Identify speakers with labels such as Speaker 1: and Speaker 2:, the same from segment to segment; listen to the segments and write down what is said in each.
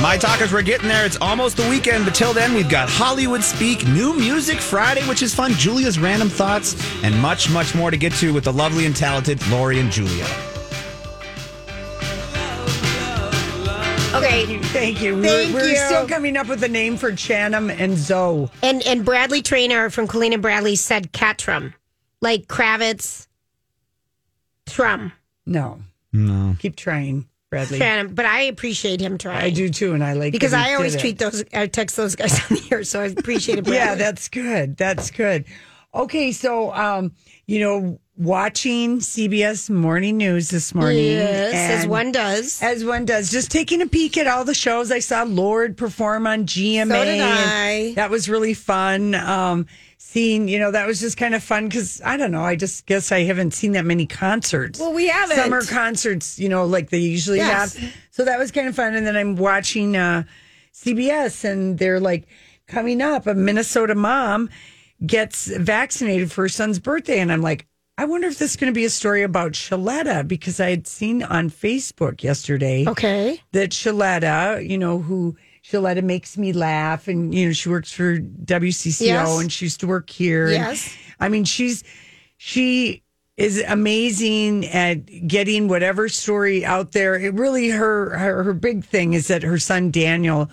Speaker 1: My talkers, we're getting there. It's almost the weekend, but till then, we've got Hollywood Speak, New Music Friday, which is fun, Julia's Random Thoughts, and much, much more to get to with the lovely and talented Lori and Julia.
Speaker 2: Okay,
Speaker 3: Thank you.
Speaker 2: Thank
Speaker 3: we're we're
Speaker 2: you.
Speaker 3: still coming up with a name for Chanum and Zoe.
Speaker 2: and and Bradley Trainer from Colleen and Bradley said Catrum, like Kravitz, Trum,
Speaker 3: No. No. Keep trying, Bradley.
Speaker 2: Tranum. But I appreciate him trying.
Speaker 3: I do too, and I like
Speaker 2: because
Speaker 3: that he
Speaker 2: I always
Speaker 3: did it.
Speaker 2: treat those. I text those guys on the air, so I appreciate it.
Speaker 3: Yeah,
Speaker 2: Bradley.
Speaker 3: that's good. That's good. Okay, so um, you know, watching CBS morning news this morning.
Speaker 2: yes, as
Speaker 3: and-
Speaker 2: one does.
Speaker 3: as one does. Just taking a peek at all the shows. I saw Lord perform on GMA.
Speaker 2: So did
Speaker 3: and
Speaker 2: I.
Speaker 3: That was really fun. Um, seeing, you know, that was just kind of fun because I don't know. I just guess I haven't seen that many concerts.
Speaker 2: Well, we haven't.
Speaker 3: Summer concerts, you know, like they usually
Speaker 2: Yes.
Speaker 3: have. So that was kind of fun. And then I'm watching uh, CBS and they're like, coming up, a Minnesota mom gets vaccinated for her son's birthday. And I'm like, I wonder if this is going to be a story about Shaletta because I had seen on Facebook yesterday
Speaker 2: Okay.
Speaker 3: that Shaletta, you know, who Shaletta makes me laugh, and you know, she works for WCCO
Speaker 2: Yes.
Speaker 3: and she used to work here. and-
Speaker 2: Yes.
Speaker 3: I mean, she's she is amazing at getting whatever story out there. It really her her, her big thing is that her son Daniel,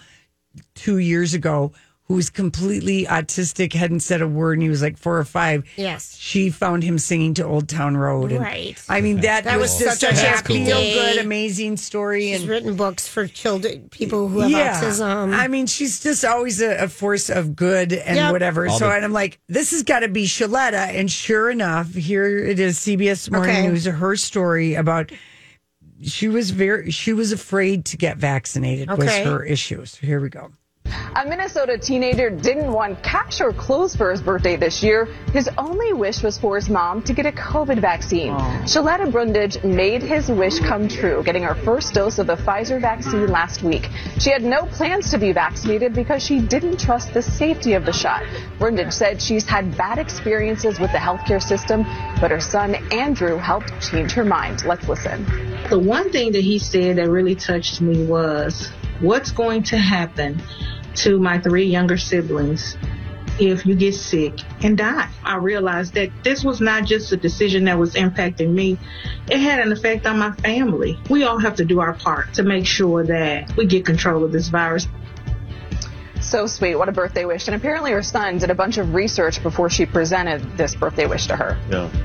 Speaker 3: two years ago, who was completely autistic, hadn't said a word, and he was like four or five.
Speaker 2: Yes.
Speaker 3: She found him singing to Old Town Road. and
Speaker 2: Right.
Speaker 3: I mean, that,
Speaker 2: That
Speaker 3: was,
Speaker 2: was
Speaker 3: just
Speaker 2: such a
Speaker 3: such a
Speaker 2: happy
Speaker 3: feel
Speaker 2: day.
Speaker 3: good, amazing story.
Speaker 2: She's
Speaker 3: and
Speaker 2: written books for children, people who have autism.
Speaker 3: I mean, she's just always a, a force of good and
Speaker 2: Yep.
Speaker 3: whatever. so,
Speaker 1: the-
Speaker 3: and I'm like, this has got to be Shaletta. And sure enough, here it is CBS Morning
Speaker 2: Okay.
Speaker 3: News, her story about she was very, she was afraid to get vaccinated, was
Speaker 2: Okay.
Speaker 3: her issue. So, here we go.
Speaker 4: A Minnesota teenager didn't want cash or clothes for his birthday this year. His only wish was for his mom to get a COVID vaccine. Shaletta Brundage made his wish come true, getting her first dose of the Pfizer vaccine last week. She had no plans to be vaccinated because she didn't trust the safety of the shot. Brundage said she's had bad experiences with the healthcare system, but her son Andrew helped change her mind. Let's listen.
Speaker 5: The one thing that he said that really touched me was what's going to happen to my three younger siblings if you get sick and die? I realized that this was not just a decision that was impacting me, it had an effect on my family. We all have to do our part to make sure that we get control of this virus.
Speaker 4: So sweet. What a birthday wish. And apparently her son did a bunch of research before she presented this birthday wish to her.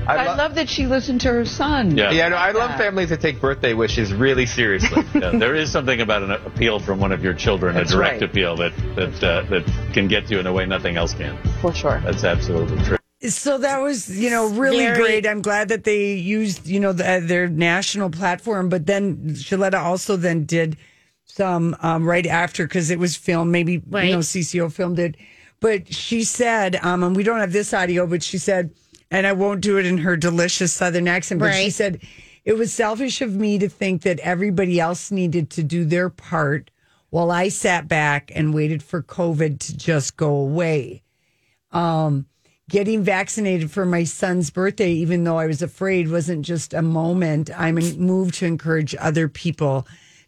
Speaker 6: I,
Speaker 7: I
Speaker 6: love.
Speaker 7: love that she listened to her son.
Speaker 6: Yeah, no, I love families that take birthday wishes really seriously. Yeah, there is something about an appeal from one of your children,
Speaker 4: That's
Speaker 6: a direct
Speaker 4: right.
Speaker 6: appeal that that uh, that can get you in a way nothing else can.
Speaker 4: For sure.
Speaker 6: That's absolutely true.
Speaker 3: So that was, you know, really
Speaker 2: Very-
Speaker 3: great. I'm glad that they used, you know, the, uh, their national platform. But then Shaletta also then did some um, right after because it was filmed. Maybe
Speaker 2: Right.
Speaker 3: you know CCO filmed it, but she said, um, and we don't have this audio, but she said, and I won't do it in her delicious Southern accent, but she
Speaker 2: Right.
Speaker 3: said it was selfish of me to think that everybody else needed to do their part while I sat back and waited for COVID to just go away getting vaccinated for my son's birthday, even though I was afraid, wasn't just a moment. I'm in- moved to encourage other people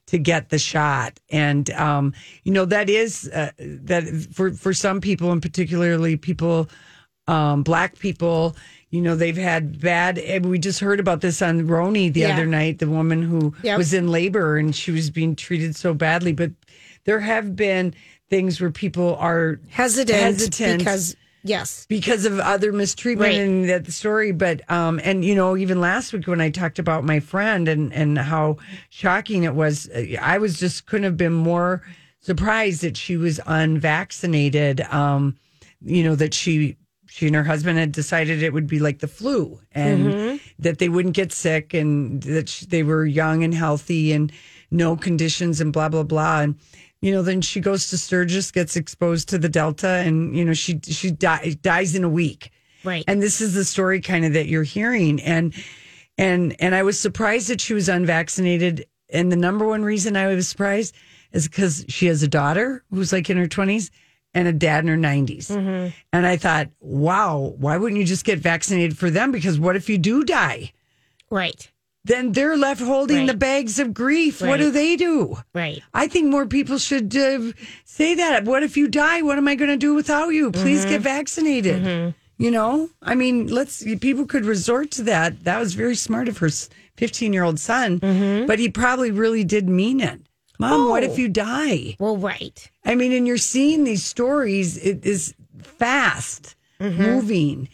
Speaker 3: to get the shot, and um, you know that is uh, that for for some people, and particularly people um, black people. You know, they've had bad. and We just heard about this on Roni the
Speaker 2: Yeah.
Speaker 3: other night, the woman who
Speaker 2: Yep.
Speaker 3: was in labor and she was being treated so badly. But there have been things where people are
Speaker 2: Hesitant,
Speaker 3: Hesitant.
Speaker 2: because yes,
Speaker 3: because of other mistreatment
Speaker 2: Right.
Speaker 3: and that story. But um, and you know, even last week when I talked about my friend and and how shocking it was, uh, I was just couldn't have been more surprised that she was unvaccinated. Um, you know that she she and her husband had decided it would be like the flu and that they wouldn't get sick and that sh they were young and healthy and no conditions and blah blah blah and you know then she goes to Sturgis gets exposed to the delta and you know she she die, dies in a week
Speaker 2: right.
Speaker 3: and this is the story kind of that you're hearing and and and I was surprised that she was unvaccinated and the number one reason I was surprised is because she has a daughter who's like in her 20s and a dad in her 90s
Speaker 2: Mm-hmm.
Speaker 3: and I thought wow why wouldn't you just get vaccinated for them because what if you do die
Speaker 2: right,
Speaker 3: then they're left holding
Speaker 2: Right.
Speaker 3: the bags of grief what do
Speaker 2: Right.
Speaker 3: they do
Speaker 2: right.
Speaker 3: I think more people should uh, say that. What if you die? What am I going to do without you? Please get vaccinated. You know, I mean, let's people could resort to that. That was very smart of her 15 year old son, but he probably really did mean it. Mom, what if you die?
Speaker 2: Well, right.
Speaker 3: I mean, and you're seeing these stories, it is fast
Speaker 2: Mm-hmm.
Speaker 3: moving.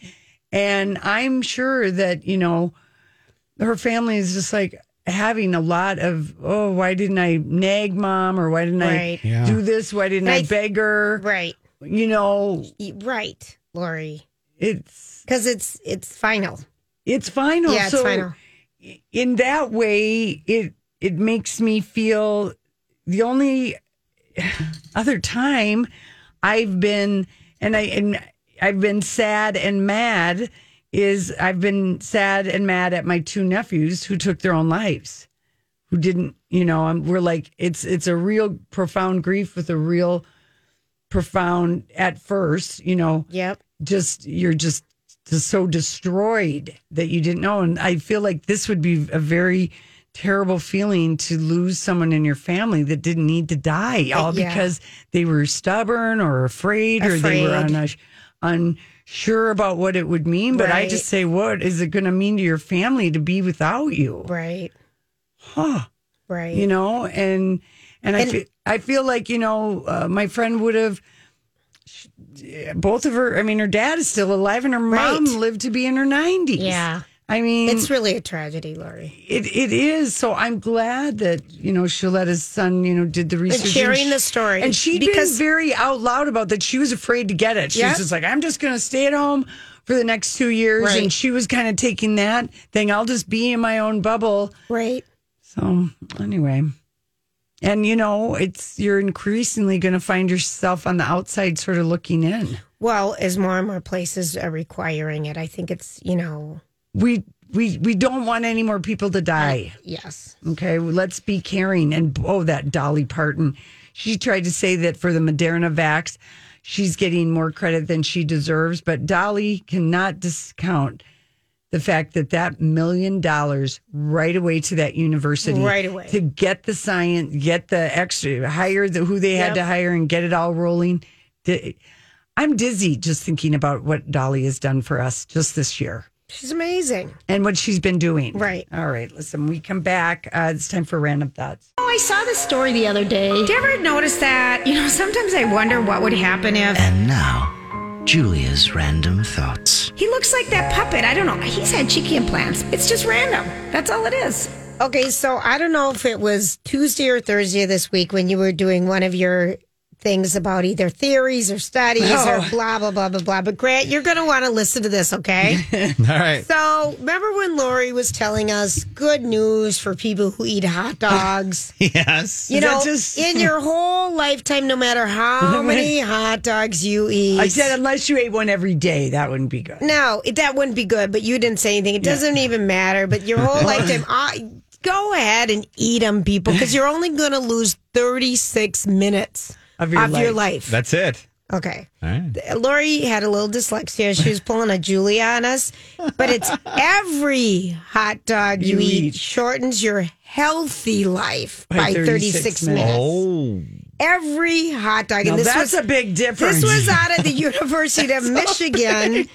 Speaker 3: And I'm sure that, you know, her family is just like having a lot of, oh, why didn't I nag mom or why didn't
Speaker 2: Right.
Speaker 3: I do this? Why didn't I
Speaker 2: Right.
Speaker 3: beg her?
Speaker 2: Right.
Speaker 3: You know,
Speaker 2: Y- Right, Lori.
Speaker 3: it's
Speaker 2: Because it's it's final.
Speaker 3: it's final.
Speaker 2: yeah, it's
Speaker 3: so
Speaker 2: final.
Speaker 3: in that way, it it makes me feel the only other time I've been and I and I've been sad and mad is I've been sad and mad at my two nephews who took their own lives, who didn't. You know, I'm, we're like it's it's a real profound grief with a real profound at first. You know,
Speaker 2: Yep.
Speaker 3: just you're just just so destroyed that you didn't know and i feel like this would be a very terrible feeling to lose someone in your family that didn't need to die all
Speaker 2: yeah.
Speaker 3: because they were stubborn or afraid, or they were
Speaker 2: Afraid.
Speaker 3: unash- unsure about what it would mean but i
Speaker 2: Right.
Speaker 3: just say what is it going to mean to your family to be without you
Speaker 2: Right.
Speaker 3: huh
Speaker 2: Right.
Speaker 3: you know and and, I,
Speaker 2: And-
Speaker 3: feel, I feel like you know uh, my friend would have both of her i mean her dad is still alive and her mom
Speaker 2: Right.
Speaker 3: lived to be in her 90s
Speaker 2: Yeah.
Speaker 3: i mean
Speaker 2: It's really a tragedy, Lori.
Speaker 3: it, it is so i'm glad that you know Shaletta's son you know did the research
Speaker 2: And sharing
Speaker 3: and
Speaker 2: the story.
Speaker 3: and she'd
Speaker 2: because
Speaker 3: been very out loud about that she was afraid to get it she
Speaker 2: Yep.
Speaker 3: was just like i'm just going to stay at home for the next two years
Speaker 2: Right.
Speaker 3: and she was kind of taking that thing i'll just be in my own bubble
Speaker 2: right.
Speaker 3: so anyway, and you know, it's you're increasingly going to find yourself on the outside, sort of looking in.
Speaker 2: Well, as more and more places are requiring it, I think it's you know
Speaker 3: We we we don't want any more people to die.
Speaker 2: yes.
Speaker 3: Okay, let's be caring. And oh, that Dolly Parton, she tried to say that for the Moderna vax, she's getting more credit than she deserves. But Dolly cannot discount the fact that that million dollars right away to that university,
Speaker 2: Right away.
Speaker 3: to get the science, get the extra, hire the who they had
Speaker 2: Yep.
Speaker 3: to hire, and get it all rolling. Di- I'm dizzy just thinking about what Dolly has done for us just this year
Speaker 2: She's amazing.
Speaker 3: and what she's been doing.
Speaker 2: Right.
Speaker 3: All right. Listen, we come back. Uh, it's time for random thoughts.
Speaker 8: I saw this story the other day.
Speaker 2: Did you ever notice that? You know, sometimes I wonder what would happen if
Speaker 9: And now, Julia's random thoughts.
Speaker 8: He looks like that puppet. I don't know. He's had cheeky implants. It's just random. That's all it is.
Speaker 2: Okay, so I don't know if it was Tuesday or Thursday this week when you were doing one of your things about either theories or studies
Speaker 3: Oh.
Speaker 2: or blah blah blah blah blah. But Grant, you're going to want to listen to this, okay?
Speaker 1: All right.
Speaker 2: so remember when Lori was telling us good news for people who eat hot dogs?
Speaker 1: Yes.
Speaker 2: You know,
Speaker 3: that just-
Speaker 2: in your whole lifetime, no matter how many hot dogs you eat,
Speaker 3: I said, unless you ate one every day, that wouldn't be good.
Speaker 2: no, it- that wouldn't be good, but you didn't say anything. It doesn't even matter. But your whole lifetime, uh, go ahead and eat them, people, because you're only going to lose 36 minutes
Speaker 3: Of your life.
Speaker 1: That's it.
Speaker 2: Okay.
Speaker 1: All right.
Speaker 2: Lori had a little dyslexia. She was pulling a Julia on us, but it's every hot dog you,
Speaker 3: You
Speaker 2: eat,
Speaker 3: eat.
Speaker 2: shortens your healthy life by, 36, minutes.
Speaker 3: minutes.
Speaker 1: Oh.
Speaker 2: every hot dog.
Speaker 3: Now that's
Speaker 2: was,
Speaker 3: a big difference.
Speaker 2: This was out of the University of Michigan.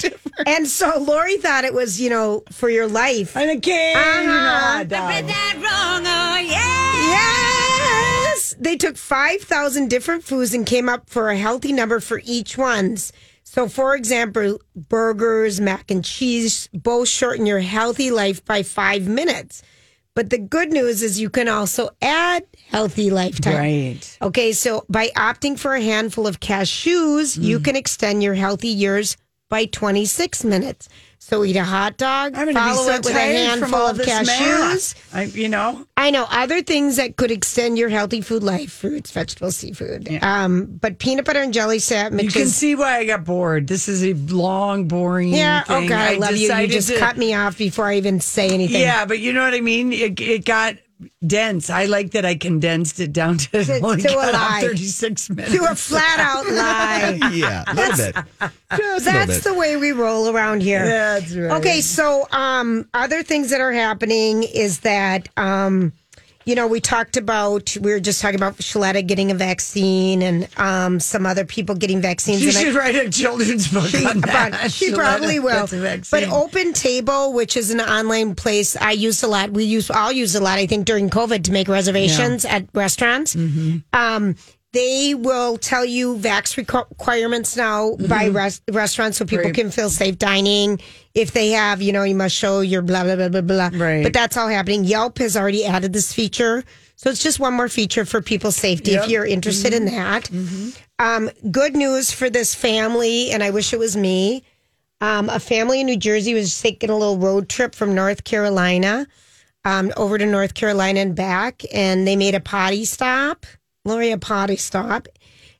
Speaker 2: And so Lori thought it was, you know, for your life.
Speaker 3: And a kid.
Speaker 2: Uh-huh.
Speaker 8: yeah.
Speaker 2: Yes. They took 5,000 different foods and came up for a healthy number for each one's. So, for example, burgers, mac and cheese both shorten your healthy life by five minutes. But the good news is you can also add healthy lifetime.
Speaker 3: Right.
Speaker 2: Okay, so by opting for a handful of cashews,
Speaker 3: Mm.
Speaker 2: you can extend your healthy years by 26 minutes. So eat a hot dog,
Speaker 3: I'm
Speaker 2: follow
Speaker 3: going to be so
Speaker 2: it with a
Speaker 3: tired from
Speaker 2: handful
Speaker 3: all
Speaker 2: of
Speaker 3: this
Speaker 2: cashews.
Speaker 3: math. I, you know,
Speaker 2: I know other things that could extend your healthy food life: fruits, vegetables, seafood. Um, but peanut butter and jelly
Speaker 3: you
Speaker 2: sandwiches.
Speaker 3: can see why I got bored. This is a long, boring.
Speaker 2: yeah.
Speaker 3: Thing.
Speaker 2: Oh God, I, love you. You
Speaker 3: decided
Speaker 2: just
Speaker 3: to-
Speaker 2: cut me off before I even say anything.
Speaker 3: Yeah, but you know what I mean. It, it got dense. I like that I condensed it down to,
Speaker 2: To-
Speaker 3: only
Speaker 2: to a
Speaker 3: cut off
Speaker 2: lie.
Speaker 3: thirty-six minutes.
Speaker 2: You a flat out lie.
Speaker 1: yeah, a little bit. Just a little
Speaker 2: That's
Speaker 1: bit.
Speaker 2: the way we roll around here.
Speaker 3: That's right.
Speaker 2: Okay, so um, other things that are happening is that um, you know we talked about we were just talking about Shaletta getting a vaccine and um, some other people getting vaccines.
Speaker 3: She
Speaker 2: and I-
Speaker 3: should write a children's book on
Speaker 2: about-
Speaker 3: that.
Speaker 2: she
Speaker 3: She'll
Speaker 2: probably
Speaker 3: let
Speaker 2: will.
Speaker 3: us- that's a
Speaker 2: But
Speaker 3: vaccine.
Speaker 2: Open Table, which is an online place I use a lot. We use I'll use a lot. I think during COVID to make reservations at restaurants.
Speaker 3: Mm-hmm.
Speaker 2: Um, they will tell you vax requ- requirements now by
Speaker 3: Mm-hmm.
Speaker 2: res- restaurants so people can feel safe dining. If they have, you know, you must show your blah blah blah blah blah.
Speaker 3: Right.
Speaker 2: But that's all happening. Yelp has already added this feature. So it's just one more feature for people's safety if you're interested in that.
Speaker 3: Mm-hmm.
Speaker 2: Um, good news for this family, and I wish it was me. Um, a family in New Jersey was taking a little road trip from North Carolina um, over to North Carolina and back, and they made a potty stop, Lori, a potty stop,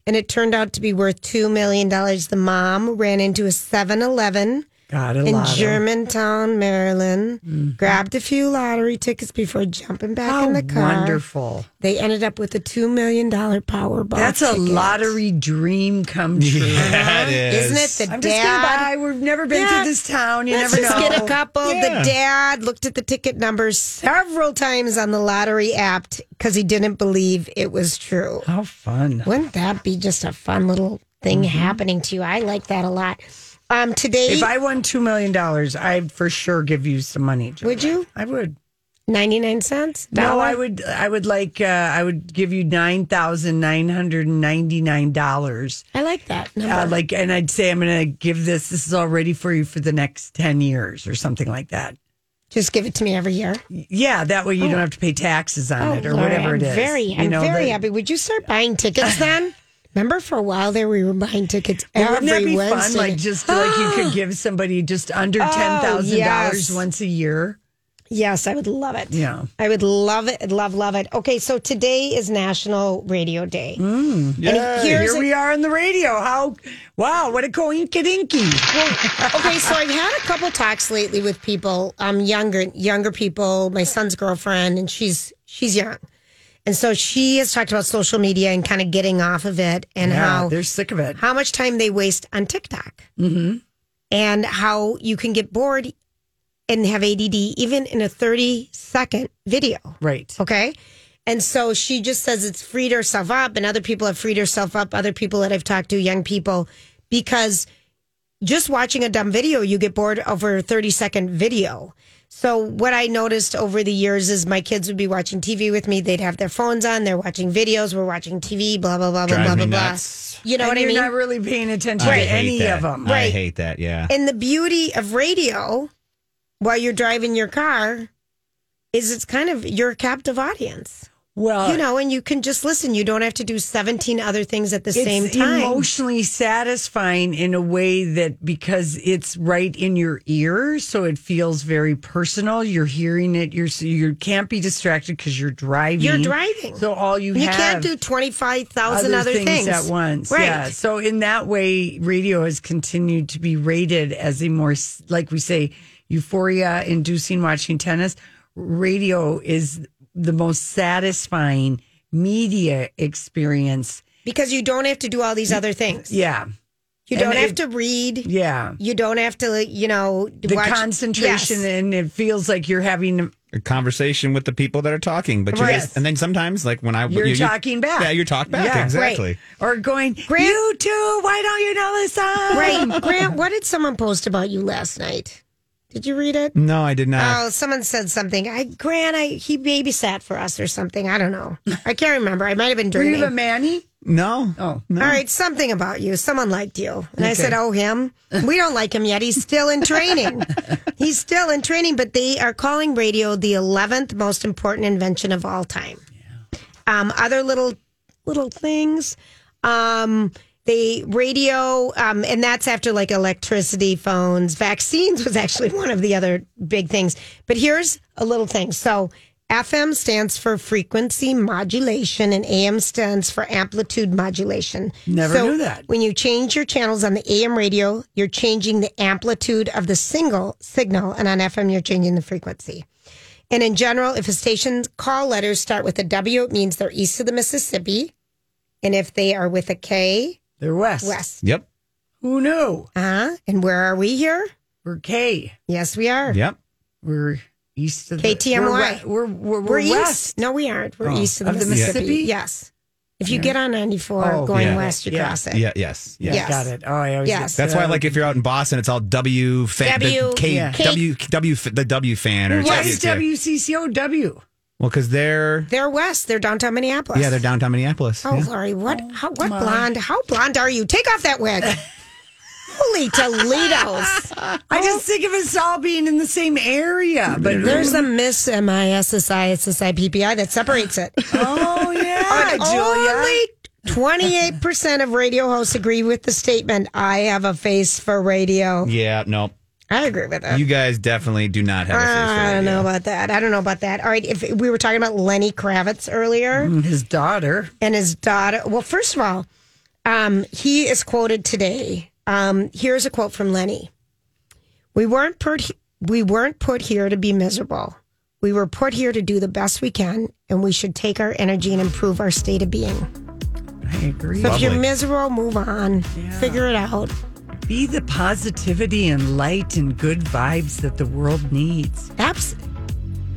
Speaker 2: and it turned out to be worth $2 million. The mom ran into a 7 Eleven
Speaker 3: God, a
Speaker 2: in
Speaker 3: lot.
Speaker 2: Germantown, Maryland, grabbed a few lottery tickets before jumping back
Speaker 3: Mm-hmm. How
Speaker 2: in the car.
Speaker 3: wonderful!
Speaker 2: They ended up with a $2 million Powerball.
Speaker 3: That's a
Speaker 2: ticket.
Speaker 3: lottery dream come true. Uh-huh.
Speaker 1: Yeah, it is.
Speaker 2: Isn't it the
Speaker 3: I'm just gonna
Speaker 2: dad?
Speaker 3: buy. We've never been
Speaker 2: Yeah.
Speaker 3: to this town. You
Speaker 2: Let's
Speaker 3: never
Speaker 2: just
Speaker 3: know.
Speaker 2: get a couple.
Speaker 1: Yeah.
Speaker 2: The dad looked at the ticket numbers several times on the lottery app because he didn't believe it was true.
Speaker 3: How fun!
Speaker 2: Wouldn't that be just a fun little thing happening to you? I like that a lot. Um, today,
Speaker 3: Mm-hmm. If I won two million dollars, I'd for sure give you some money. Joanna.
Speaker 2: Would you?
Speaker 3: I would.
Speaker 2: 99 cents?
Speaker 3: No,
Speaker 2: Dollar?
Speaker 3: I would. I would like. Uh, I would give you nine thousand nine hundred ninety nine dollars.
Speaker 2: I like that number.
Speaker 3: Uh, like, and I'd say I'm going to give this. This is all ready for you for the next ten years or something like that.
Speaker 2: just give it to me every year.
Speaker 3: Yeah, that way you don't have to pay taxes on it or
Speaker 2: Lord,
Speaker 3: whatever
Speaker 2: I'm
Speaker 3: it is.
Speaker 2: Oh. Very,
Speaker 3: you
Speaker 2: I'm
Speaker 3: know,
Speaker 2: very
Speaker 3: the-
Speaker 2: happy. Would you start buying tickets then? Remember, for a while there, we were buying tickets
Speaker 3: Well,
Speaker 2: every
Speaker 3: Wouldn't that be
Speaker 2: Wednesday.
Speaker 3: fun? Like just like you could give somebody just under
Speaker 2: Oh,
Speaker 3: ten thousand
Speaker 2: yes.
Speaker 3: dollars once a year.
Speaker 2: Yes, I would love it.
Speaker 3: Yeah.
Speaker 2: I would love it. Love, love it. Okay, so today is National Radio Day.
Speaker 3: Yeah,
Speaker 2: here's
Speaker 3: Mm, here
Speaker 2: a-
Speaker 3: we are on the radio. How wow, what a coinkadinky.
Speaker 2: Okay, so I've had a couple talks lately with people, um, younger younger people. My son's girlfriend, and she's she's young, and so she has talked about social media and kind of getting off of it, and
Speaker 3: Yeah,
Speaker 2: how
Speaker 3: they're sick of it.
Speaker 2: how much time they waste on TikTok, mm-hmm. and how you can get bored and have ADD even in a thirty second video.
Speaker 3: Right.
Speaker 2: Okay. And so she just says it's freed herself up, and other people have freed herself up, other people that I've talked to, young people, because just watching a dumb video, you get bored over a 30 second video. So, what I noticed over the years is my kids would be watching TV with me. They'd have their phones on, they're watching videos, we're watching TV, blah, blah, blah, blah,
Speaker 1: Drive
Speaker 2: blah,
Speaker 1: me
Speaker 2: blah, blah.
Speaker 1: nuts.
Speaker 2: You know
Speaker 3: and
Speaker 2: what I
Speaker 3: you're
Speaker 2: mean?
Speaker 3: not really paying attention
Speaker 1: I
Speaker 3: to
Speaker 1: hate
Speaker 3: any
Speaker 1: that.
Speaker 3: of them.
Speaker 1: I
Speaker 2: Right.
Speaker 1: hate that. Yeah.
Speaker 2: And the beauty of radio while you're driving your car is it's kind of your captive audience.
Speaker 3: Well,
Speaker 2: you know, and you can just listen. You don't have to do 17 other things at the
Speaker 3: it's
Speaker 2: same time.
Speaker 3: emotionally satisfying in a way that because it's right in your ear, so it feels very personal. You're hearing it. You're so you can't be distracted because you're driving.
Speaker 2: You're driving.
Speaker 3: So all you
Speaker 2: you
Speaker 3: have
Speaker 2: can't do 25,000 other, things.
Speaker 3: at once.
Speaker 2: Right.
Speaker 3: Yeah. So in that way, radio has continued to be rated as a more, s- like we say, euphoria-inducing watching tennis. Radio is the most satisfying media experience.
Speaker 2: Because you don't have to do all these other things.
Speaker 3: Yeah.
Speaker 2: You don't
Speaker 3: And
Speaker 2: have
Speaker 3: it-
Speaker 2: to read.
Speaker 3: Yeah.
Speaker 2: You don't have to, you know,
Speaker 3: The
Speaker 2: watch-
Speaker 3: concentration
Speaker 2: Yes.
Speaker 3: and it feels like you're having
Speaker 1: a conversation with the people that are talking. But you
Speaker 3: Right.
Speaker 1: just, and then sometimes, like when I
Speaker 3: You're
Speaker 1: you- you-
Speaker 3: talking back.
Speaker 1: yeah, you're talk back
Speaker 3: Yeah.
Speaker 1: exactly.
Speaker 3: Right. Or going, you too. Why don't you know this song?
Speaker 2: Right. Grant, what did someone post about you last night? Did you read it?
Speaker 1: No, I did not.
Speaker 3: Uh,
Speaker 2: Oh, someone said something. I Grant, I he babysat for us or something. I don't know. I can't remember. I might have been
Speaker 3: Were you
Speaker 2: dreaming.
Speaker 3: a Manny?
Speaker 1: no,
Speaker 3: Oh,
Speaker 1: no.
Speaker 2: All right, something about you. Someone liked you. And I
Speaker 3: Okay.
Speaker 2: said, Oh, him? We don't like him yet. He's still in training. He's still in training, but they are calling radio the 11th most important invention of all time. Um, other little, little things. Um, they radio, um, and that's after like electricity, phones, vaccines was actually one of the other big things. But here's a little thing. So FM stands for frequency modulation, and AM stands for amplitude modulation.
Speaker 3: Never
Speaker 2: so
Speaker 3: knew that.
Speaker 2: When you change your channels on the AM radio, you're changing the amplitude of the single signal, and on FM, you're changing the frequency. And in general, if a station's call letters start with a W, it means they're east of the Mississippi. And if they are with a K,
Speaker 3: They're West.
Speaker 2: west.
Speaker 1: Yep.
Speaker 3: Who knew?
Speaker 2: Uh-huh. And where are we here?
Speaker 3: We're K.
Speaker 2: Yes, we are.
Speaker 1: Yep.
Speaker 3: We're east of
Speaker 2: KTMY.
Speaker 3: The, we're, we- we're, we're,
Speaker 2: We're, east.
Speaker 3: west.
Speaker 2: No, we aren't. We're
Speaker 3: Oh,
Speaker 2: east of the,
Speaker 3: of the
Speaker 2: Mississippi.
Speaker 3: Mississippi?
Speaker 2: Yes. If you get on 94
Speaker 3: Oh,
Speaker 2: going
Speaker 1: yeah.
Speaker 2: west, you
Speaker 3: Yeah.
Speaker 2: cross it.
Speaker 1: Yeah. Yes. Yeah.
Speaker 2: Yeah. Yes.
Speaker 3: Got it. Oh, I always
Speaker 2: Yes.
Speaker 3: get-
Speaker 1: That's why, like, if you're out in Boston, it's all W fan,
Speaker 2: W,
Speaker 1: the K,
Speaker 3: yeah.
Speaker 1: W, W, the W fan, or
Speaker 3: Why
Speaker 1: W-
Speaker 3: is WCCOW?
Speaker 1: Well, because they're
Speaker 2: They're west. They're downtown Minneapolis.
Speaker 1: yeah, they're downtown Minneapolis.
Speaker 2: Oh,
Speaker 1: yeah.
Speaker 2: Lori, what? how, what blonde? How blonde are you? Take off that wig. Holy Toledo's.
Speaker 3: I just think of us all being in the same area, but
Speaker 2: There's a Miss M I S S I S S I P P I that separates it.
Speaker 3: oh yeah, Julia.
Speaker 2: Only 28% of radio hosts agree with the statement, I have a face for radio.
Speaker 1: Yeah, no,
Speaker 2: I agree with it.
Speaker 1: you guys definitely do not have. a face for
Speaker 2: I don't
Speaker 1: radio.
Speaker 2: know about that. I don't know about that. All right, if we were talking about Lenny Kravitz earlier
Speaker 3: His daughter.
Speaker 2: and his daughter. Well, first of all, um, he is quoted today. Um, here's a quote from Lenny: "We weren't put we weren't put here to be miserable. We were put here to do the best we can, and we should take our energy and improve our state of being.
Speaker 3: I agree.
Speaker 2: So if you're
Speaker 1: Lovely.
Speaker 2: miserable, move on, figure it out.
Speaker 3: Be the positivity and light and good vibes that the world needs.
Speaker 2: Abs-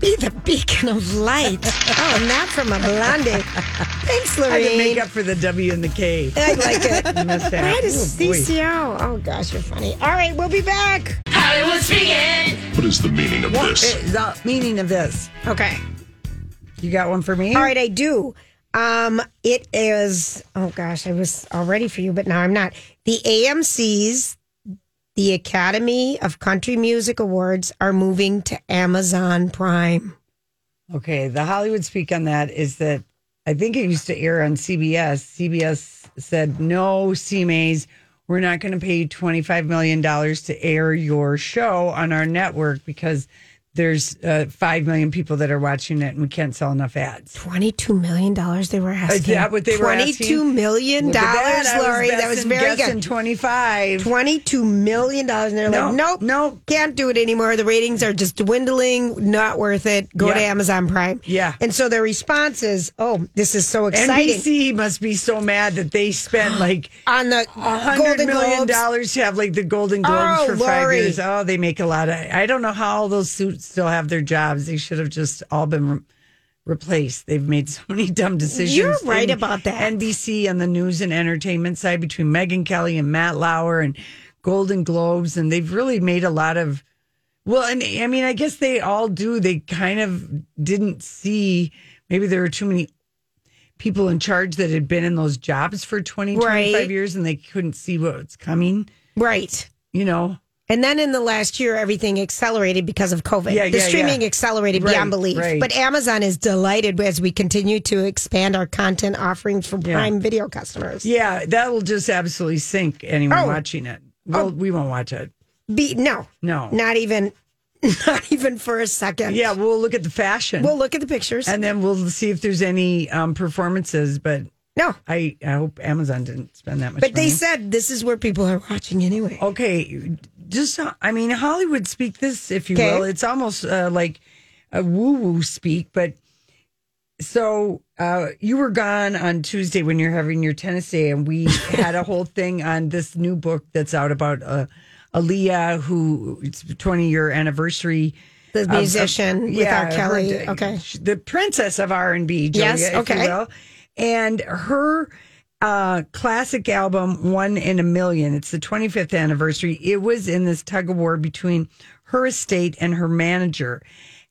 Speaker 2: be the beacon of light. oh, and that from a blondie. Thanks,
Speaker 3: I had to make
Speaker 2: Lorraine.
Speaker 3: up for the W and the K.
Speaker 2: I like it."
Speaker 3: I missed that.
Speaker 2: Why does
Speaker 3: Oh, boy.
Speaker 2: CCO? Oh gosh, you're funny. All right, we'll be back.
Speaker 10: What is the meaning of
Speaker 3: What
Speaker 10: this?
Speaker 3: is the meaning of this?
Speaker 2: Okay.
Speaker 3: You got one for me?
Speaker 2: All right, I do. Um, it is. Oh gosh, I was all ready for you, but now I'm not. The AMC's, the Academy of Country Music Awards, are moving to Amazon Prime.
Speaker 3: Okay, the Hollywood speak on that is that I think it used to air on CBS. CBS said, no, CMAs, we're not going to pay you $25 million to air your show on our network because there's uh, 5 million people that are watching it and we can't sell enough ads.
Speaker 2: Twenty-two million dollars. They were asking.
Speaker 3: Is that Uh, what they were asking?
Speaker 2: Twenty-two million
Speaker 3: Look at that.
Speaker 2: dollars,
Speaker 3: I was
Speaker 2: Lori. That was
Speaker 3: guessing-
Speaker 2: very
Speaker 3: guessing
Speaker 2: good.
Speaker 3: 25.
Speaker 2: Twenty-two million dollars, and they're
Speaker 3: No,
Speaker 2: like, nope,
Speaker 3: no.
Speaker 2: can't do it anymore. The ratings are just dwindling. Not worth it. Go to
Speaker 3: Yeah.
Speaker 2: Amazon Prime.
Speaker 3: Yeah.
Speaker 2: And so their response is, oh, this is so exciting
Speaker 3: NBC must be so mad that they spent like
Speaker 2: on the
Speaker 3: A hundred
Speaker 2: Golden
Speaker 3: million
Speaker 2: Globes.
Speaker 3: dollars to have like the Golden Globes
Speaker 2: Oh,
Speaker 3: for five
Speaker 2: Lori.
Speaker 3: years. Oh, they make a lot of. I don't know how all those suits still have their jobs. They should have just all been re- replaced. They've made so many dumb decisions.
Speaker 2: You're right
Speaker 3: in
Speaker 2: about that.
Speaker 3: NBC on the news and entertainment side between Megan Kelly and Matt Lauer and Golden Globes, and they've really made a lot of. Well, and I mean, I guess they all do. They kind of didn't see. Maybe there were too many people in charge that had been in those jobs for 20,
Speaker 2: Right.
Speaker 3: 25 years and they couldn't see what's coming,
Speaker 2: Right.
Speaker 3: you know?
Speaker 2: And then in the last year, everything accelerated because of COVID.
Speaker 3: Yeah,
Speaker 2: the
Speaker 3: yeah,
Speaker 2: streaming
Speaker 3: yeah.
Speaker 2: accelerated
Speaker 3: Right,
Speaker 2: beyond belief.
Speaker 3: right.
Speaker 2: But Amazon is delighted as we continue to expand our content offerings for Prime Video customers.
Speaker 3: Yeah, that'll just absolutely sink anyone
Speaker 2: Oh.
Speaker 3: watching it. Well, we won't watch it.
Speaker 2: Be, no,
Speaker 3: No.
Speaker 2: not even, not even for a second.
Speaker 3: Yeah, we'll look at the fashion.
Speaker 2: We'll look at the pictures.
Speaker 3: and then we'll see if there's any um, performances, but
Speaker 2: no,
Speaker 3: I, I hope Amazon didn't spend that much
Speaker 2: but they
Speaker 3: money.
Speaker 2: said this is where people are watching anyway.
Speaker 3: Oh, okay, just uh, I mean Hollywood speak this, if you
Speaker 2: Okay.
Speaker 3: will. It's almost uh, like a woo woo speak, but so uh, you were gone on Tuesday when you're having your tennis day, and we had a whole thing on this new book that's out about uh, Aaliyah, who it's 20 year anniversary
Speaker 2: The
Speaker 3: of- of-
Speaker 2: musician with
Speaker 3: yeah,
Speaker 2: R. Kelly.
Speaker 3: her-
Speaker 2: okay.
Speaker 3: the princess of R and B,
Speaker 2: Yes,
Speaker 3: yes, okay,
Speaker 2: okay.
Speaker 3: and her uh, classic album "One in a Million. It's the 25th anniversary. It was in this tug of war between her estate and her manager,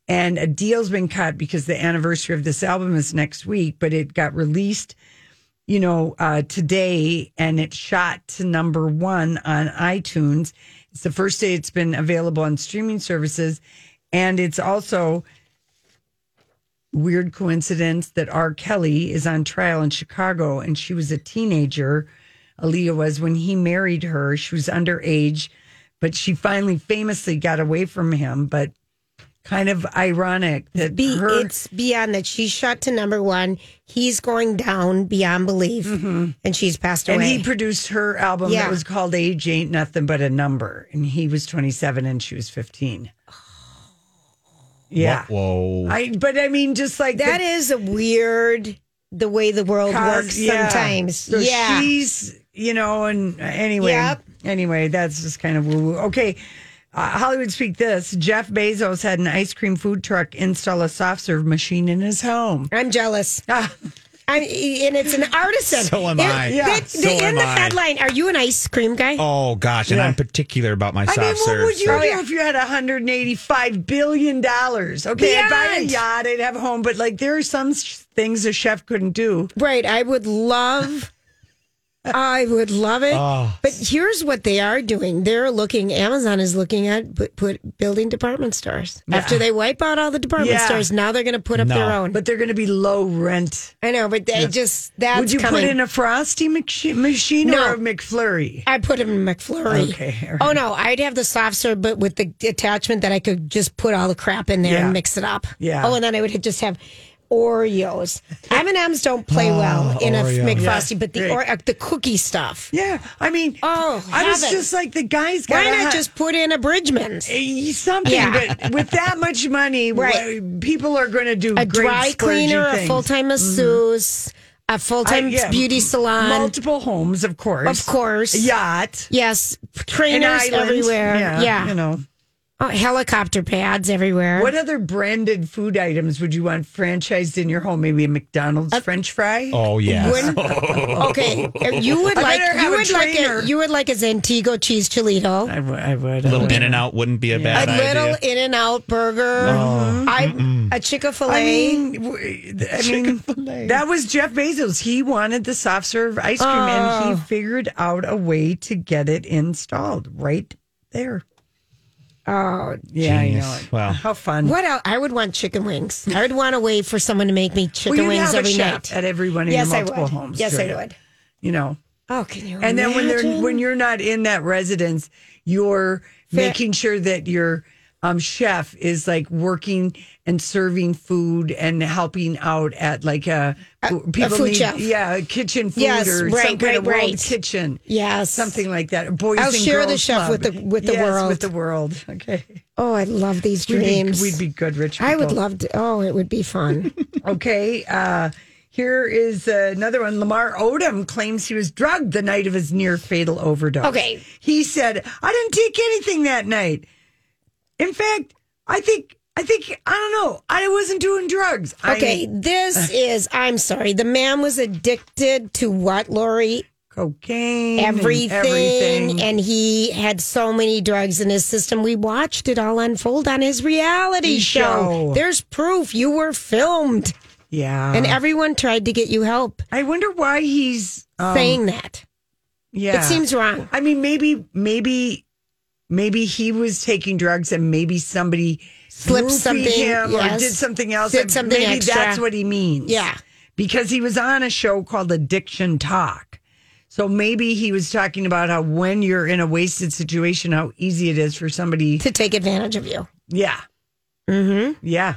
Speaker 3: and a deal's been cut because the anniversary of this album is next week, but it got released. You know, uh, today, and it shot to number one on iTunes. It's the first day it's been available on streaming services, and it's also weird coincidence that R. Kelly is on trial in Chicago and she was a teenager. Aaliyah was when he married her. She was underage, but she finally famously got away from him. But kind of ironic that
Speaker 2: Be,
Speaker 3: her,
Speaker 2: It's beyond that. She shot to number one. He's going down beyond belief, and she's passed away.
Speaker 3: Mm-hmm. and he produced her album
Speaker 2: Yeah.
Speaker 3: that was called Age Ain't Nothing But a Number. And he was 27 and she was 15. Yeah.
Speaker 1: Whoa.
Speaker 3: I, but I mean, just like
Speaker 2: that is a weird the way the world
Speaker 3: Cause-
Speaker 2: works
Speaker 3: yeah.
Speaker 2: sometimes.
Speaker 3: So
Speaker 2: yeah.
Speaker 3: she's, you know, and anyway,
Speaker 2: Yep.
Speaker 3: anyway, that's just kind of woo woo. Okay. Uh, Hollywood speak this. Jeff Bezos had an ice cream food truck install a soft serve machine in his home.
Speaker 2: I'm jealous.
Speaker 3: Ah.
Speaker 2: I'm, and it's an artisan.
Speaker 1: So am
Speaker 2: It-
Speaker 1: I.
Speaker 2: they-
Speaker 1: Yeah.
Speaker 2: they-
Speaker 1: So
Speaker 2: in
Speaker 1: am
Speaker 2: the
Speaker 1: I.
Speaker 2: headline, are you an ice cream guy?
Speaker 1: Oh gosh, and
Speaker 3: Yeah.
Speaker 1: I'm particular about my
Speaker 3: I
Speaker 1: soft
Speaker 3: mean, what
Speaker 1: serve.
Speaker 3: would you
Speaker 1: so-
Speaker 3: do if you had 185 billion dollars? Okay, I'd buy a
Speaker 2: Beyond.
Speaker 3: yacht, I'd have a home, but like there are some sh- things a chef couldn't do.
Speaker 2: Right. I would love. I would love it.
Speaker 3: Ah.
Speaker 1: Oh.
Speaker 2: But here's what they are doing. They're looking. Amazon is looking at put, put building department stores. After they wipe out all the department
Speaker 3: Yeah.
Speaker 2: stores, now they're going to put up their
Speaker 1: No.
Speaker 2: own.
Speaker 3: But they're going to be low rent.
Speaker 2: I know, but they just that's
Speaker 3: would you
Speaker 2: coming.
Speaker 3: put in a frosty machi- machine
Speaker 2: No.
Speaker 3: or a McFlurry?
Speaker 2: I put him in McFlurry.
Speaker 3: Okay, all right.
Speaker 2: Oh no, I'd have the soft serve, but with the attachment that I could just put all the crap in there
Speaker 3: Yeah.
Speaker 2: and mix it up.
Speaker 3: Yeah.
Speaker 2: Oh, and then I would just have Oreos. M and M's don't play well in a
Speaker 1: Oreo.
Speaker 2: McFrosty,
Speaker 3: Ah, Yeah,
Speaker 2: but the
Speaker 3: great.
Speaker 2: or, uh, the cookie stuff.
Speaker 3: Yeah, I mean,
Speaker 2: Oh,
Speaker 3: I was
Speaker 2: heaven.
Speaker 3: just like the guy's got.
Speaker 2: Why not just put in a Bridgman's?
Speaker 3: something?
Speaker 2: Yeah.
Speaker 3: But with that much money,
Speaker 2: Right.
Speaker 3: wha- people are going to do
Speaker 2: A
Speaker 3: great
Speaker 2: dry
Speaker 3: splurgy
Speaker 2: cleaner, a
Speaker 3: things.
Speaker 2: full time masseuse, a full
Speaker 3: I-
Speaker 2: time
Speaker 3: yeah,
Speaker 2: beauty salon.
Speaker 3: multiple homes, of course,
Speaker 2: Of course.
Speaker 3: a yacht,
Speaker 2: Yes,
Speaker 3: an
Speaker 2: trainers
Speaker 3: island
Speaker 2: everywhere. Yeah,
Speaker 3: you know.
Speaker 2: oh, helicopter pads everywhere.
Speaker 3: What other branded food items would you want franchised in your home? Maybe a McDonald's
Speaker 2: Uh,
Speaker 3: French fry.
Speaker 1: Oh yes.
Speaker 2: Wouldn't- okay, if you would
Speaker 3: I
Speaker 2: like
Speaker 3: better
Speaker 2: you
Speaker 3: have a
Speaker 2: would like
Speaker 3: trainer.
Speaker 2: a you would like a Zantigo cheese
Speaker 3: I
Speaker 2: chilito,
Speaker 3: would. I would.
Speaker 1: a little in and out wouldn't be a
Speaker 2: a
Speaker 1: bad idea.
Speaker 2: little In and Out burger, Mm-hmm. I a Chick Fil A.
Speaker 3: I mean, w- I mean that was Jeff Bezos. He wanted the soft serve ice cream, and
Speaker 2: Ah.
Speaker 3: he figured out a way to get it installed right there.
Speaker 2: oh,
Speaker 3: Yeah,
Speaker 1: Genius.
Speaker 3: I know. it.
Speaker 1: Wow.
Speaker 3: how fun!
Speaker 2: what else? I would want chicken wings. I would want a way for someone to make me
Speaker 3: Well,
Speaker 2: chicken
Speaker 3: you'd
Speaker 2: wings
Speaker 3: have
Speaker 2: every
Speaker 3: a chef
Speaker 2: night.
Speaker 3: at every one of
Speaker 2: Yes,
Speaker 3: your
Speaker 2: I
Speaker 3: multiple
Speaker 2: would.
Speaker 3: homes.
Speaker 2: Yes, I
Speaker 3: Julia.
Speaker 2: would.
Speaker 3: You know,
Speaker 2: Oh, can you?
Speaker 3: and then when they're
Speaker 2: imagine?
Speaker 3: when you're not in that residence, you're making sure that your um, chef is like working and serving food and helping out at like a, people
Speaker 2: food
Speaker 3: need,
Speaker 2: chef.
Speaker 3: yeah a kitchen food
Speaker 2: Yes,
Speaker 3: or
Speaker 2: right,
Speaker 3: some kind of
Speaker 2: right,
Speaker 3: world
Speaker 2: right.
Speaker 3: kitchen
Speaker 2: yes,
Speaker 3: something like that. Boys
Speaker 2: I'll
Speaker 3: and
Speaker 2: share the
Speaker 3: Girls
Speaker 2: chef
Speaker 3: Club.
Speaker 2: with the- with the
Speaker 3: Yes, with
Speaker 2: world.
Speaker 3: the world. Okay,
Speaker 2: Oh, I love these
Speaker 3: we'd be,
Speaker 2: dreams.
Speaker 3: we'd be good rich. People.
Speaker 2: I would love to. Oh, it would be fun.
Speaker 3: Okay. Uh, here is another one. Lamar Odom claims he was drugged the night of his near fatal overdose.
Speaker 2: Okay.
Speaker 3: He said, I didn't take anything that night. In fact, I think, I think, I don't know. I wasn't doing drugs. I-
Speaker 2: Okay, this is. I'm sorry. The man was addicted to what, Lori?
Speaker 3: cocaine. and
Speaker 2: everything,
Speaker 3: Mm, everything.
Speaker 2: and he had so many drugs in his system. We watched it all unfold on his reality show.
Speaker 3: Show.
Speaker 2: There's proof you were filmed,
Speaker 3: yeah.
Speaker 2: and everyone tried to get you help
Speaker 3: I wonder why he's um,
Speaker 2: saying that.
Speaker 3: yeah.
Speaker 2: It seems wrong.
Speaker 3: I mean, maybe, maybe, maybe he was taking drugs, and maybe somebody
Speaker 2: Slipped
Speaker 3: roofied
Speaker 2: something,
Speaker 3: him or
Speaker 2: yes.
Speaker 3: did something else.
Speaker 2: Did something
Speaker 3: maybe
Speaker 2: extra.
Speaker 3: that's what he means.
Speaker 2: Yeah.
Speaker 3: because he was on a show called Addiction Talk. So maybe he was talking about how when you're in a wasted situation, how easy it is for somebody.
Speaker 2: To take advantage of you.
Speaker 3: Yeah. Mm-hmm. Yeah.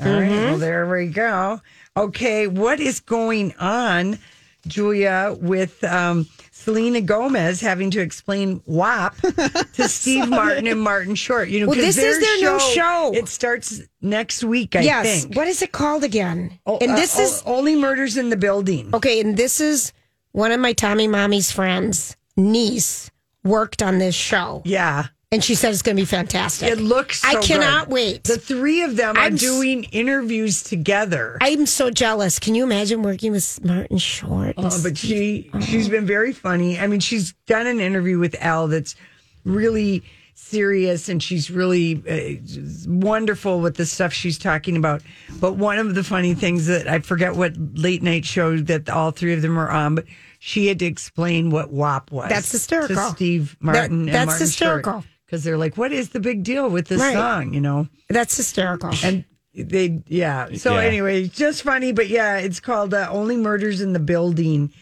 Speaker 3: All right.
Speaker 2: Mm-hmm.
Speaker 3: Well, there we go. Okay. What is going on, Julia, with um, Selena Gomez having to explain WAP to Steve Martin and Martin Short? You know,
Speaker 2: Well,
Speaker 3: 'cause
Speaker 2: this is their new show.
Speaker 3: It starts next week, I
Speaker 2: yes.
Speaker 3: think.
Speaker 2: What is it called again?
Speaker 3: O-
Speaker 2: and
Speaker 3: uh, oh.
Speaker 2: this
Speaker 3: o-
Speaker 2: is
Speaker 3: only murders in the building.
Speaker 2: okay. And this is one of my Tommy Mommy's friends' niece worked on this show.
Speaker 3: Yeah.
Speaker 2: And she said it's going to be fantastic.
Speaker 3: It looks. so
Speaker 2: I cannot
Speaker 3: good.
Speaker 2: wait.
Speaker 3: The three of them
Speaker 2: I'm
Speaker 3: are
Speaker 2: s-
Speaker 3: doing interviews together.
Speaker 2: I'm so jealous. Can you imagine working with Martin Short?
Speaker 3: Uh, but she she's been very funny. I mean, she's done an interview with Al that's really serious, and she's really uh, wonderful with the stuff she's talking about. But one of the funny things that I forget what late night show that all three of them are on, but she had to explain what WAP was.
Speaker 2: That's hysterical.
Speaker 3: To Steve
Speaker 2: That-
Speaker 3: Martin.
Speaker 2: that's
Speaker 3: and Martin
Speaker 2: hysterical.
Speaker 3: Because they're like, what is the big deal with this
Speaker 2: Right.
Speaker 3: song? You know,
Speaker 2: That's hysterical.
Speaker 3: and. They yeah. So
Speaker 1: Yeah.
Speaker 3: anyway, just funny, but yeah, it's called uh, Only Murders in the Building,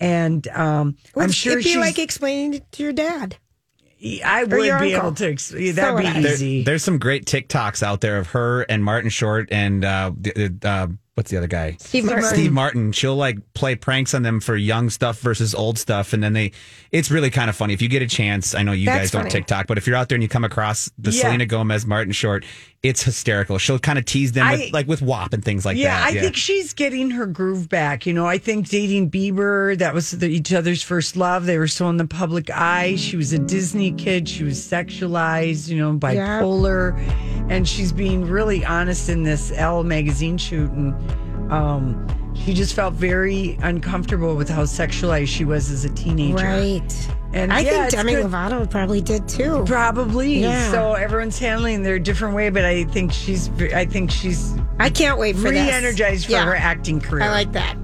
Speaker 3: and um, I'm sure
Speaker 2: it'd be
Speaker 3: she's.
Speaker 2: like explaining it to your dad.
Speaker 3: I would be
Speaker 2: your uncle.
Speaker 3: able to. Ex- that'd
Speaker 2: So
Speaker 3: be
Speaker 2: would I.
Speaker 1: There-
Speaker 3: easy.
Speaker 1: there's some great TikToks out there of her and Martin Short and uh, the- the- uh, what's the other guy?
Speaker 2: Steve Martin.
Speaker 1: Steve Martin. She'll like play pranks on them for young stuff versus old stuff, and then they. It's really kind of funny if you get a chance. I know you
Speaker 2: That's
Speaker 1: guys don't
Speaker 2: funny.
Speaker 1: TikTok, but if you're out there and you come across the
Speaker 3: Yeah.
Speaker 1: Selena Gomez Martin Short, it's hysterical. She'll kind of tease them
Speaker 3: I-
Speaker 1: with, like with WAP and things like
Speaker 3: yeah,
Speaker 1: that.
Speaker 3: I think she's getting her groove back. You know, I think dating Bieber, that was the, each other's first love. They were so in the public eye. She was a Disney kid. She was sexualized, you know,
Speaker 2: Yeah.
Speaker 3: bipolar. And she's being really honest in this L magazine shoot. And um, she just felt very uncomfortable with how sexualized she was as a teenager.
Speaker 2: Right.
Speaker 3: And
Speaker 2: I
Speaker 3: yeah,
Speaker 2: think
Speaker 3: it's
Speaker 2: Demi
Speaker 3: good.
Speaker 2: Lovato probably did too.
Speaker 3: Probably.
Speaker 2: Yeah.
Speaker 3: So everyone's handling their different way, but I think she's I think she's
Speaker 2: I can't wait for this.
Speaker 3: re-energized for
Speaker 2: Yeah.
Speaker 3: her acting career.
Speaker 2: I like that.